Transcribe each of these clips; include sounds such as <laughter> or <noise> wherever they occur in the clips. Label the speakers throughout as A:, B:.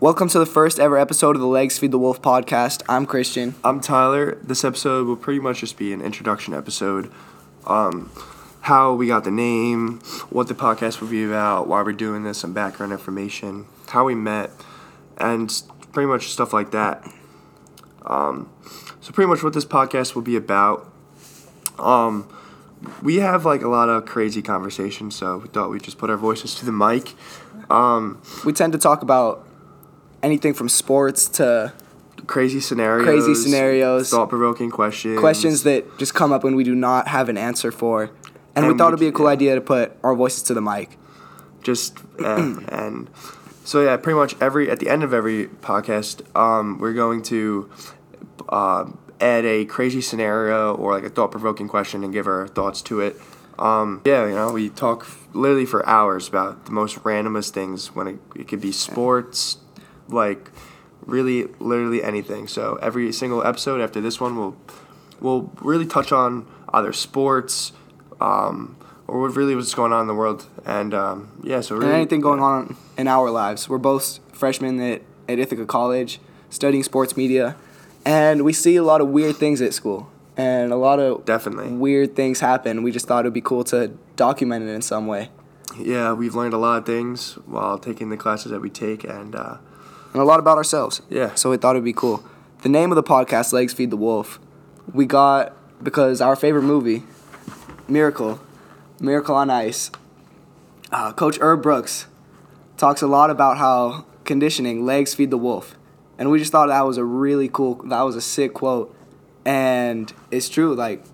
A: Welcome to the first ever episode of the Legs Feed the Wolf podcast. I'm Christian.
B: I'm Tyler. This episode will pretty much just be an introduction episode. Um, how we got the name, what the podcast will be about, why we're doing this, some background information, how we met, and pretty much stuff like that. Um, so pretty much what this podcast will be about. Um, we have like a lot of crazy conversations, so we thought we'd just put our voices to the mic. Um,
A: We tend to talk about anything from sports to
B: crazy scenarios,
A: Crazy scenarios.
B: thought provoking questions,
A: questions that just come up when we do not have an answer for. And, we
B: And
A: thought
B: we-
A: it'd be a cool
B: yeah.
A: idea to put our voices to the mic.
B: just um, and so yeah pretty much every at the end of every podcast um, we're going to uh, add a crazy scenario or like a thought-provoking question and give our thoughts to it um, yeah you know we talk f- literally for hours about the most randomest things when it, it could be sports like really literally anything so every single episode after this one will will really touch on either sports um, or what really was going on in the world and um, yeah so really
A: And anything going on in our lives. We're both freshmen at, at Ithaca College studying sports media. And we see a lot of weird things at school. And a lot of
B: Definitely.
A: weird things happen. We just thought it'd be cool to document it in some way.
B: yeah we've learned a lot of things while taking the classes that we take and uh,
A: and a lot about ourselves.
B: Yeah.
A: So we thought it'd be cool. The name of the podcast, Legs Feed the Wolf, we got because our favorite movie, Miracle, Miracle on Ice, uh, Coach Herb Brooks talks a lot about how conditioning, legs feed the wolf. And we just thought that was a really cool, that was a sick quote. And it's true, like,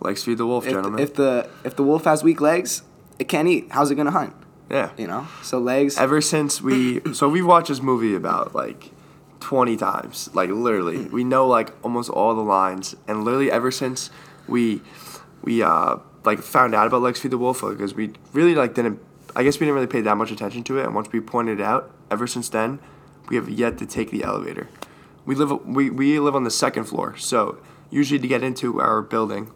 B: legs feed the wolf
A: if,
B: gentlemen
A: if the if the wolf has weak legs, it can't eat. How's it gonna hunt?
B: yeah
A: You know. So legs.
B: ever since we so we watched this movie about like 20 times like literally we know like almost all the lines and literally ever since we we uh like found out about lex feed the wolf because we really like didn't i guess we didn't really pay that much attention to it and once we pointed it out ever since then we have yet to take the elevator we live we, we live on the second floor so usually to get into our building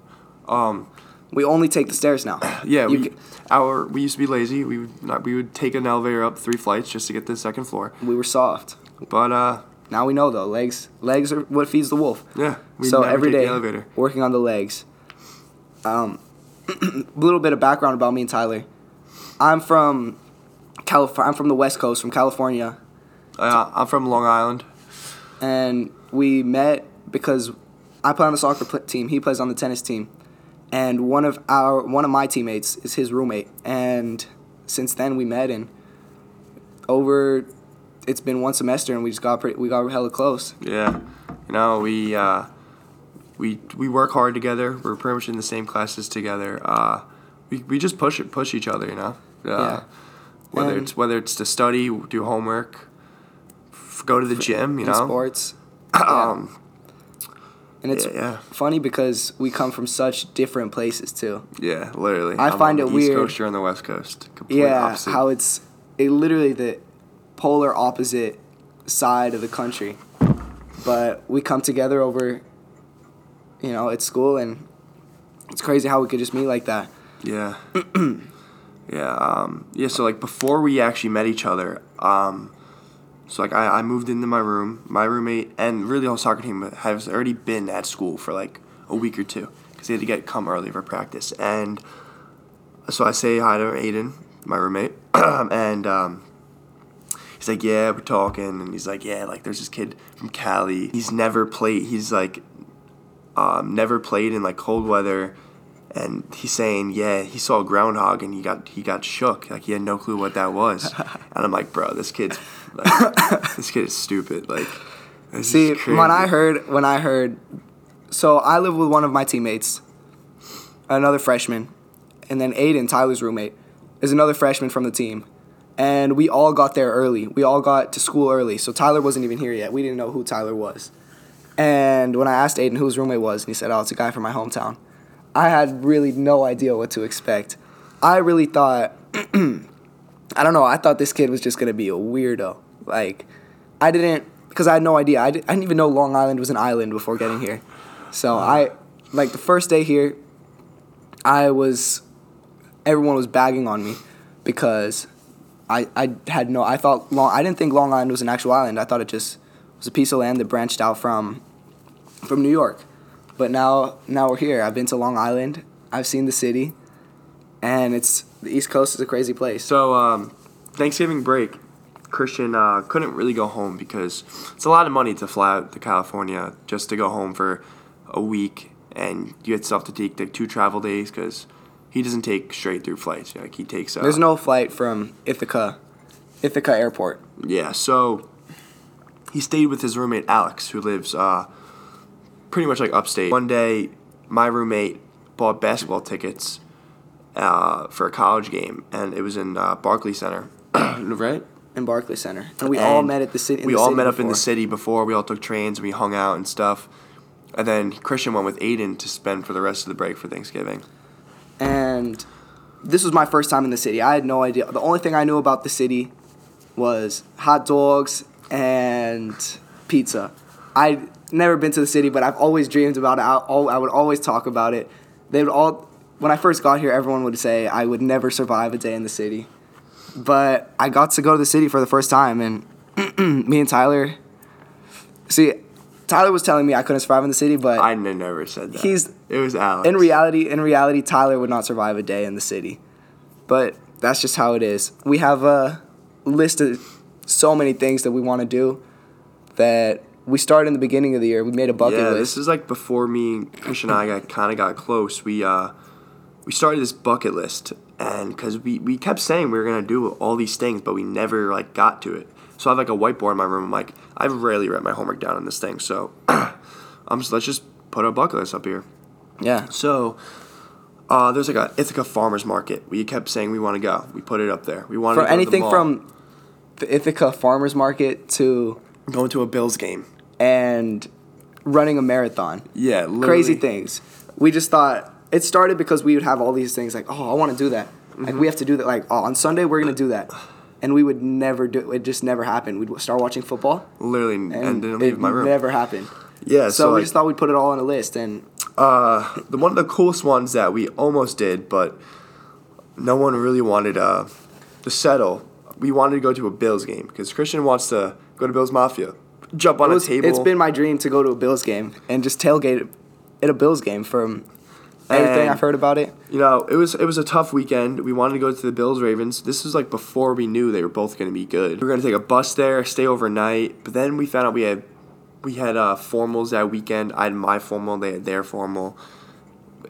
A: we only take the stairs now. You
B: yeah, we,
A: ca-
B: our we used to be lazy. We would not, we would take an elevator up three flights just to get to the second floor.
A: we were soft.
B: But uh,
A: Now we know though, legs legs are what feeds the wolf.
B: yeah, we
A: so
B: never
A: every
B: take
A: day,
B: the elevator.
A: working on the legs. Um, <clears throat> a little bit of background about me and Tyler. I'm from Calif- I'm from the West Coast, from California,
B: Uh, I'm from Long Island.
A: and we met because I play on the soccer pl- team. He plays on the tennis team, and one of our one of my teammates is his roommate. And since then, we met, and over it's been one semester, and we just got pretty, we got hella close.
B: Yeah, you know we uh, we we work hard together. We're pretty much in the same classes together. Uh, we, we just push it push each other. You know, uh,
A: Yeah.
B: whether
A: And-
B: it's whether it's to study, do homework, f- go to the gym. You
A: in
B: know, <clears throat>
A: sports.
B: um,
A: And it's
B: yeah, yeah,
A: funny because we come from such different places too.
B: yeah, literally.
A: I
B: I'm
A: find
B: on
A: it
B: the East
A: weird-
B: Coast, you're on the West Coast. Complete
A: yeah,
B: opposite.
A: how it's it literally the polar opposite side of the country, but we come together over, you know, at school, and it's crazy how we could just meet like that.
B: Yeah. <clears throat> yeah. Um, yeah. So like before we actually met each other, um, so like I, I moved into my room. My roommate and really the whole soccer team has already been at school for like a week or two because they had to get come early for practice. And so I say hi to Aiden, my roommate, <clears throat> and um, he's like, "Yeah, we're talking," and he's like, "Yeah, like there's this kid from Cali. He's never played. He's like, um, never played in like cold weather." And he's saying, "Yeah, he saw a groundhog and he got he got shook. Like he had no clue what
A: <laughs>
B: that was." and I'm like, "Bro, this kid's like, this kid is stupid. Like, this is
A: See,
B: crazy.
A: when I heard, when I heard, so I live with one of my teammates, another freshman, and then Aiden, Tyler's roommate, is another freshman from the team. And we all got there early. We all got to school early. So Tyler wasn't even here yet. We didn't know who Tyler was. And when I asked Aiden who his roommate was, and he said, oh, it's a guy from my hometown, I had really no idea what to expect. I really thought, <clears throat> I don't know, I thought this kid was just going to be a weirdo. Like, I didn't because I had no idea. I, did, I didn't even know Long Island was an island before getting here. So I like the first day here, I was everyone was bagging on me because I, I had no I thought long I didn't think Long Island was an actual island. I thought it just was a piece of land that branched out from from New York. But now now we're here. I've been to Long Island. I've seen the city. And it's the East Coast is a crazy place.
B: So um, Thanksgiving break, Christian uh, couldn't really go home because it's a lot of money to fly out to California just to go home for a week, and you had stuff to take like two travel days because he doesn't take straight through flights. Like he takes. Uh,
A: There's no flight from Ithaca Ithaca Airport.
B: Yeah, so he stayed with his roommate Alex, who lives uh, pretty much like upstate. One day, my roommate bought basketball tickets uh, for a college game, and it was in uh, Barclay Center, right?
A: in Barclays Center, and we all
B: And
A: met at the city.
B: We all met up in the
A: city.
B: city before. We all took trains. We hung out and stuff. And then Christian went with Aiden to spend for the rest of the break for Thanksgiving.
A: and this was my first time in the city. I had no idea. The only thing I knew about the city was hot dogs and pizza. I'd never been to the city, but I've always dreamed about it. I, al- I would always talk about it. They would all, when I first got here, everyone would say I would never survive a day in the city. But I got to go to the city for the first time, and me and <clears throat> Tyler, see, Tyler was telling me I couldn't survive in the city, but
B: I n- never said that.
A: He's-
B: it was Alex.
A: in reality, in reality, Tyler would not survive a day in the city. But that's just how it is. We have a list of so many things that we want to do that we started in the beginning of the year. We made a bucket
B: yeah,
A: list.
B: this is like before me and Christian and I got kind of got close. We uh, we started this bucket list, and because we, we kept saying we were gonna do all these things, but we never like got to it. So I have like a whiteboard in my room. I'm like, I rarely write my homework down on this thing. So <clears throat> I'm just, let's just put a bucket list up here.
A: yeah.
B: So uh, there's like a Ithaca farmers market. We kept saying we want to go. We put it up there. We wanted
A: From
B: to go to the
A: anything
B: mall.
A: from the Ithaca Farmers Market to
B: going to a Bills game.
A: and running a marathon.
B: Yeah, literally.
A: Crazy things. We just thought it started because we would have all these things like, oh, I want to do that. Like
B: Mm-hmm.
A: we have to do that. Like oh, on Sunday we're gonna do that, and we would never do. It just never happened. We'd start watching football,
B: Literally, and,
A: and,
B: didn't
A: it
B: leave my room.
A: never happened.
B: yeah, so,
A: So, we
B: like,
A: just thought we'd put it all on a list, and
B: uh, the one of the coolest ones that we almost did, but no one really wanted uh, to settle. We wanted to go to a Bills game because Christian wants to go to Bills Mafia, jump on
A: it was-
B: a table.
A: it's been my dream to go to a Bills game and just tailgate at a Bills game from everything
B: And-
A: I've heard about it.
B: you know, it was it was a tough weekend. We wanted to go to the Bills Ravens. This was like before we knew they were both going to be good. We were going to take a bus there, stay overnight, but then we found out we had we had uh, formals that weekend. I had my formal, they had their formal,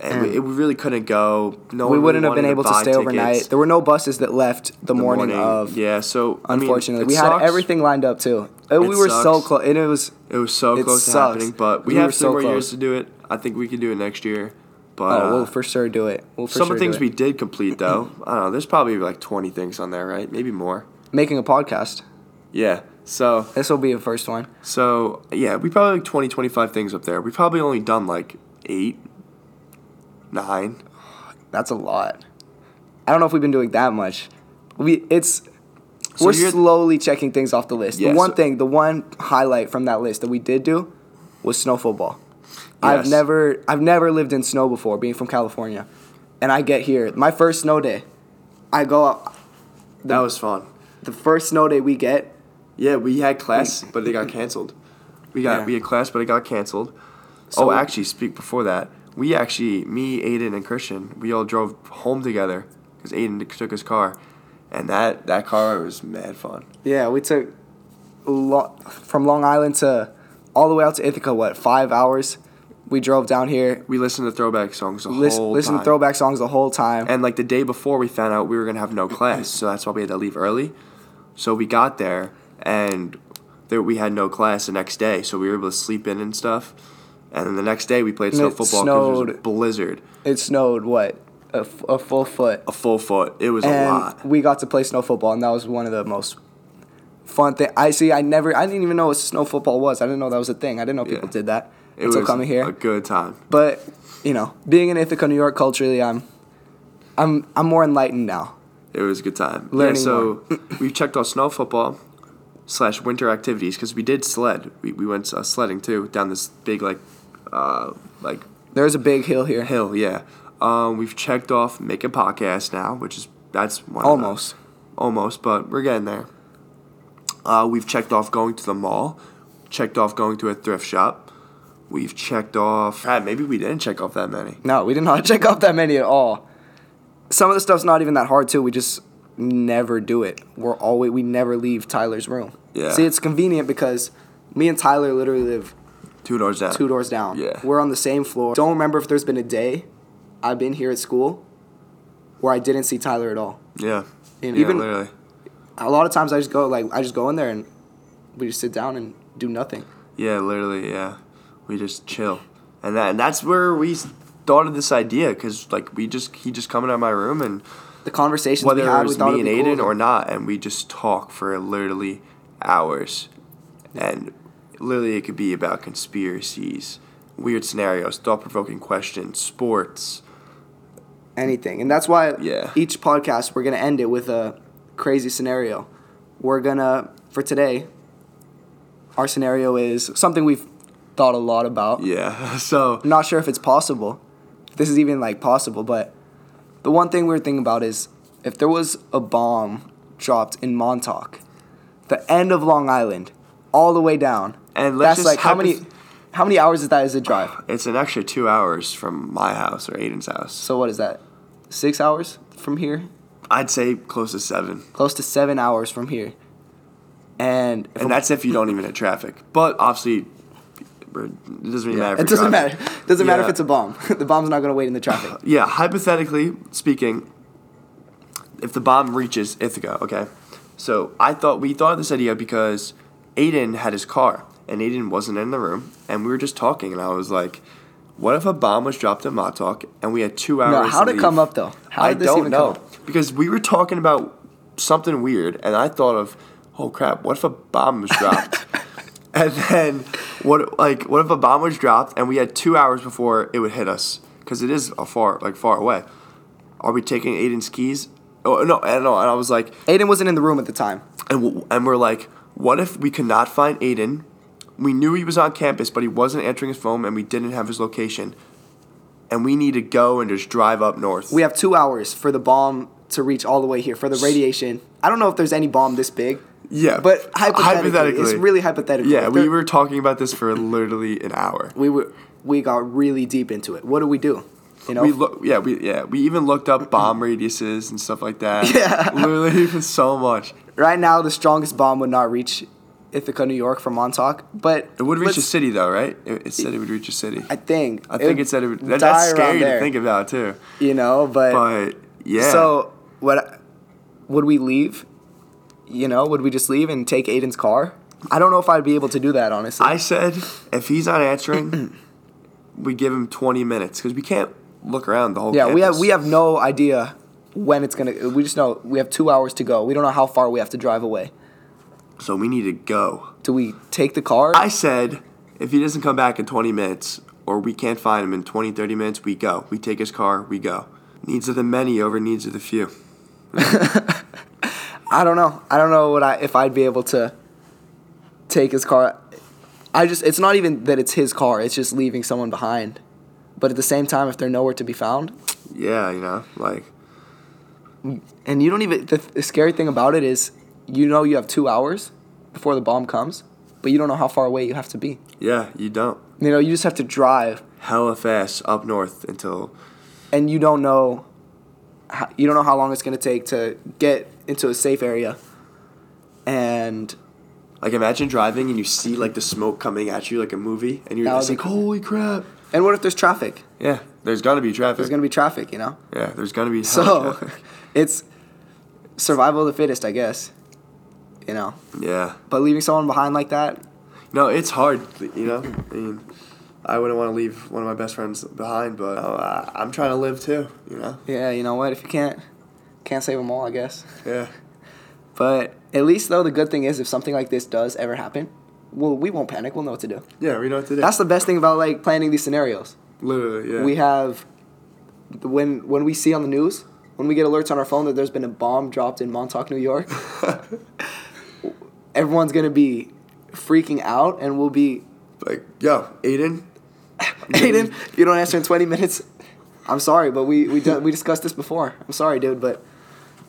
B: and we, it, we really couldn't go. No,
A: Mm. We
B: one
A: wouldn't have
B: really
A: been
B: wanted
A: able to
B: buy
A: stay overnight.
B: tickets
A: There were no buses that left the,
B: in the
A: morning, of.
B: yeah, so I mean,
A: Unfortunately,
B: it
A: we had
B: sucks.
A: everything lined up too. And we
B: It
A: were so
B: sucks.
A: close, and it was
B: It was so
A: It
B: close to
A: sucks.
B: happening, but
A: We
B: we,
A: were
B: have three
A: so
B: more
A: close.
B: years to do it. I think we could do it next year. But
A: Oh,
B: uh,
A: we'll for sure do it. We'll for
B: some
A: sure
B: of the things
A: do
B: we
A: it.
B: did
A: <clears throat>
B: complete though. I don't know. There's probably like 20 things on there, right? Maybe more.
A: making a podcast.
B: Yeah. So
A: This will be the first one.
B: so yeah, we probably like 20, 25 things up there. We probably only done like eight, nine.
A: That's a lot. I don't know if we've been doing that much. We it's
B: So
A: we're
B: you're-
A: slowly checking things off the list.
B: Yeah,
A: the one
B: so-
A: thing, the one highlight from that list that we did do was snow football. I've
B: Yes.
A: never I've never lived in snow before, being from California. And I get here, my first snow day. I go out
B: That was fun.
A: the first snow day we get,
B: Yeah, we had
A: <clears throat>
B: class, but it got canceled. We got
A: Yeah.
B: we had class, but it got canceled.
A: So-
B: oh, actually, speak before that. We actually, me, Aiden, and Christian, we all drove home together because Aiden took his car, and that that car was mad fun.
A: Yeah, we took lo- from Long Island to all the way out to Ithaca. What five hours? We drove down here,
B: We listened to throwback songs the
A: listen,
B: whole
A: listen
B: time.
A: to throwback songs the whole time.
B: And like the day before, we found out we were gonna
A: <clears throat>
B: have no class, so that's why we had to leave early. So we got there, and there we had no class the next day, so we were able to sleep in and stuff. And then the next day, we played
A: And
B: snow
A: it
B: football because it was a
A: snowed.
B: blizzard,
A: it snowed what a, f- a full foot,
B: a full foot. It was a
A: and
B: lot.
A: we got to play snow football, and that was one of the most fun thing. I see. I never. I didn't even know what snow football was. I didn't know that was a thing. I didn't know people
B: Yeah.
A: did that
B: It
A: until
B: was
A: coming here.
B: a good time.
A: But you know, being in Ithaca, New York, culturally, I'm, I'm, I'm more enlightened now.
B: It was a good time.
A: Learning
B: yeah, so <laughs> we checked out snow football slash winter activities because we did sled. We, we went uh, sledding too down this big like uh, like
A: There's a big hill here.
B: hill. Yeah, um, we've checked off make a podcast now, which is that's one
A: Almost.
B: of the, almost, but we're getting there. Uh, we've checked off going to the mall, checked off going to a thrift shop. We've checked off. Ah, maybe we didn't check off that many.
A: No, we did not <laughs> check off that many at all. Some of the stuff's not even that hard too. We just never do it. We're always we never leave Tyler's room.
B: Yeah.
A: See, it's convenient because me and Tyler literally live
B: Two doors down.
A: two doors down.
B: Yeah.
A: We're on the same floor. Don't remember if there's been a day I've been here at school where I didn't see Tyler at all.
B: Yeah.
A: And
B: yeah,
A: even-
B: literally.
A: A lot of times I just go like I just go in there and we just sit down and do nothing.
B: Yeah, literally. Yeah, we just chill, and that and that's where we s- thought of this idea because like we just he just coming out of my room and
A: The conversations
B: whether
A: we
B: it
A: had, we
B: was
A: thought
B: me and
A: it'd be
B: Aiden
A: cool.
B: or not, and we just talk for literally hours, and literally it could be about conspiracies, weird scenarios, thought provoking questions, sports.
A: anything. And that's why
B: Yeah.
A: each podcast we're gonna end it with a crazy scenario. We're gonna for today. Our scenario is something we've thought a lot about.
B: Yeah, <laughs> so
A: I'm not sure if it's possible. If this is even like possible, but the one thing we were thinking about is if there was a bomb dropped in Montauk, the end of Long Island, all the way down.
B: And
A: that's
B: let's just
A: like how many
B: hypoth-
A: how many hours is that as a drive?
B: it's an extra two hours from my house or Aiden's house.
A: So what is that? Six hours from here?
B: I'd say close to seven.
A: close to seven hours from here. And, if
B: and
A: a-
B: that's if you don't even hit traffic. But obviously, it doesn't really matter. If
A: it doesn't matter. Doesn't matter if
B: Yeah.
A: it's a bomb. <laughs> the bomb's not gonna wait in the
B: <laughs>
A: traffic.
B: Yeah, hypothetically speaking, if the bomb reaches Ithaca, okay. So I thought we thought of this idea because Aiden had his car and Aiden wasn't in the room, and we were just talking, and I was like, "What if a bomb was dropped at Montauk and we had two hours?"
A: No,
B: to
A: how'd it
B: leave?
A: come up though? How
B: I
A: did this
B: don't
A: even
B: know
A: Come up?
B: because we were talking about something weird, and I thought of, oh crap, what if a bomb was
A: <laughs>
B: dropped? and then what like what if a bomb was dropped and we had two hours before it would hit us because it is a far like far away. Are we taking Aiden's keys? Oh no, and no, and I was like,
A: Aiden wasn't in the room at the time.
B: and w- and we're like, what if we could not find Aiden? We knew he was on campus, but he wasn't answering his phone, and we didn't have his location. And we need to go and just drive up north.
A: We have two hours for the bomb to reach all the way here for the radiation. I don't know if there's any bomb this big.
B: Yeah,
A: But hypothetically, it's
B: Uh, hypothetically.
A: really hypothetical.
B: Yeah,
A: If
B: we
A: there-
B: were talking about this for literally an hour.
A: we were we got really deep into it. What do we do? You know,
B: We look, yeah, we yeah, we even looked up bomb radiuses and stuff
A: <laughs>
B: like that. Yeah, literally even so much.
A: right now the strongest bomb would not reach Ithaca, New York, from Montauk, but
B: It would reach
A: let's-
B: a city though, right? It, it said it would reach a city.
A: I think.
B: I think it said it would. That, that's
A: die around
B: scary to
A: there,
B: think about too.
A: You know,
B: But yeah,
A: So what? Would we leave? You know, would we just leave and take Aiden's car? I don't know if I'd be able to do that honestly.
B: I said if he's
A: <clears throat>
B: not answering, we give him twenty minutes because we can't look around the whole.
A: yeah, we have
B: campus.
A: we have no idea when it's gonna. We just know we have two hours to go. We don't know how far we have to drive away.
B: So we need to go.
A: Do we take the car?
B: I said, if he doesn't come back in 20 minutes or we can't find him in 20, 30 minutes, we go. We take his car, we go. Needs of the many over needs of the few.
A: I don't know. I don't know what I if I'd be able to take his car. I just it's not even that it's his car. It's just leaving someone behind. But at the same time, if they're nowhere to be found,
B: Yeah, you know, like,
A: and you don't even the, the scary thing about it is you know you have two hours before the bomb comes but you don't know how far away you have to be
B: yeah, you don't.
A: you know you just have to drive
B: Hella fast up north until,
A: and you don't know how, you don't know how long it's going to take to get into a safe area and
B: like, imagine driving and you see, like, the smoke coming at you like a movie and you're
A: That would
B: just
A: be
B: like,
A: cool.
B: holy crap.
A: and what if there's traffic
B: Yeah, there's gotta be traffic.
A: there's going to be traffic you know
B: yeah, there's gotta be
A: so
B: hella traffic.
A: <laughs> it's survival of the fittest i guess you know
B: Yeah.
A: but leaving someone behind like that
B: No, it's hard, you know? I mean, I wouldn't want to leave one of my best friends behind, but uh, I'm trying to live too, you know?
A: yeah you know what if you can't can't save them all i guess
B: Yeah.
A: But at least though, the good thing is if something like this does ever happen, well, we won't panic. We'll know what to do.
B: Yeah, we know what to do.
A: That's the best thing about like planning these scenarios.
B: literally yeah.
A: We have when when we see on the news, when we get alerts on our phone that there's been a bomb dropped in Montauk, New York, everyone's gonna be freaking out, and we'll be
B: like yo, Aiden.
A: Aiden. If you don't answer in 20 minutes, I'm sorry, but we we done, we discussed this before. I'm sorry, dude, but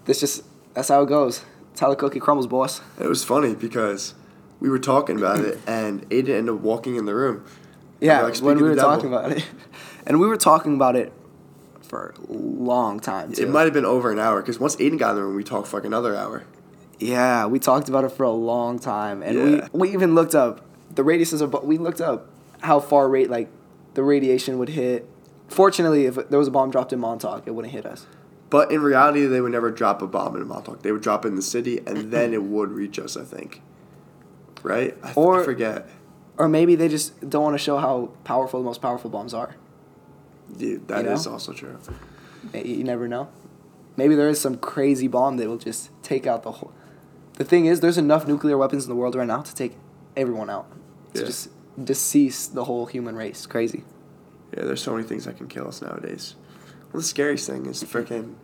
A: this just That's how it goes. That's how the cookie crumbles, boss.
B: It was funny because we were talking
A: <clears throat>
B: about it, and Ada ended up walking in the room.
A: Yeah,
B: Kinda like
A: when
B: speaking
A: we
B: to
A: were
B: the devil.
A: talking about it, <laughs> and we were talking about it for a long time too.
B: It might have been over an hour because once Aiden got in the room, we talked for like another hour.
A: Yeah, we talked about it for a long time, and
B: Yeah.
A: we we even looked up the radiuses of. We looked up how far rate like the radiation would hit. Fortunately, if there was a bomb dropped in Montauk, it wouldn't hit us.
B: But in reality, they would never drop a bomb in Montauk. They would drop it in the city,
A: <clears throat>
B: and then it would reach us. I think. Right? I, th-
A: Or-
B: I forget.
A: Or maybe they just don't want to show how powerful the most powerful bombs are.
B: Dude, that is
A: You know?
B: also true.
A: Y- You never know. Maybe there is some crazy bomb that will just take out the whole. The thing is, there's enough nuclear weapons in the world right now to take everyone out. To
B: Yeah.
A: just decease the whole human race. Crazy.
B: Yeah, there's so many things that can kill us nowadays. Well, the scariest thing is freaking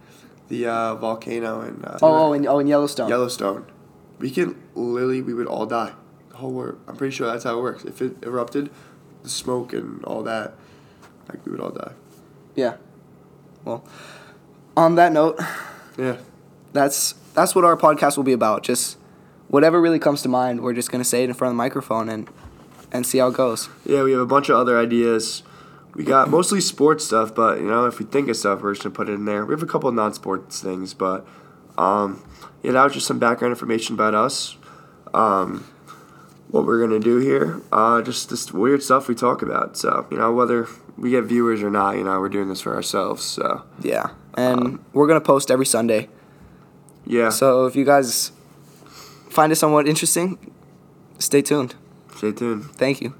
B: the uh, volcano and uh,
A: Oh, oh, and oh, in Yellowstone.
B: Yellowstone. We can literally, we would all die. The whole world. I'm pretty sure that's how it works. If it erupted, the smoke and all that, like we would all die.
A: yeah. Well, on that note,
B: Yeah.
A: that's that's what our podcast will be about. Just whatever really comes to mind, we're just gonna say it in front of the microphone and and see how it goes.
B: Yeah, we have a bunch of other ideas. We got mostly sports stuff, but you know, if we think of stuff, we're just gonna put it in there. We have a couple of non-sports things, but um, yeah, that was just some background information about us. Um, what we're gonna do here, uh, just this weird stuff we talk about. So you know, whether we get viewers or not, you know, we're doing this for ourselves. So
A: Yeah. And we're gonna post every Sunday.
B: yeah,
A: So if you guys find it somewhat interesting, stay tuned.
B: stay tuned.
A: Thank you.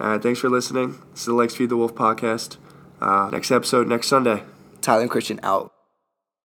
B: All right, thanks for listening. This is the Legs Feed the Wolf podcast. Uh, next episode next Sunday.
A: Tyler and Christian out.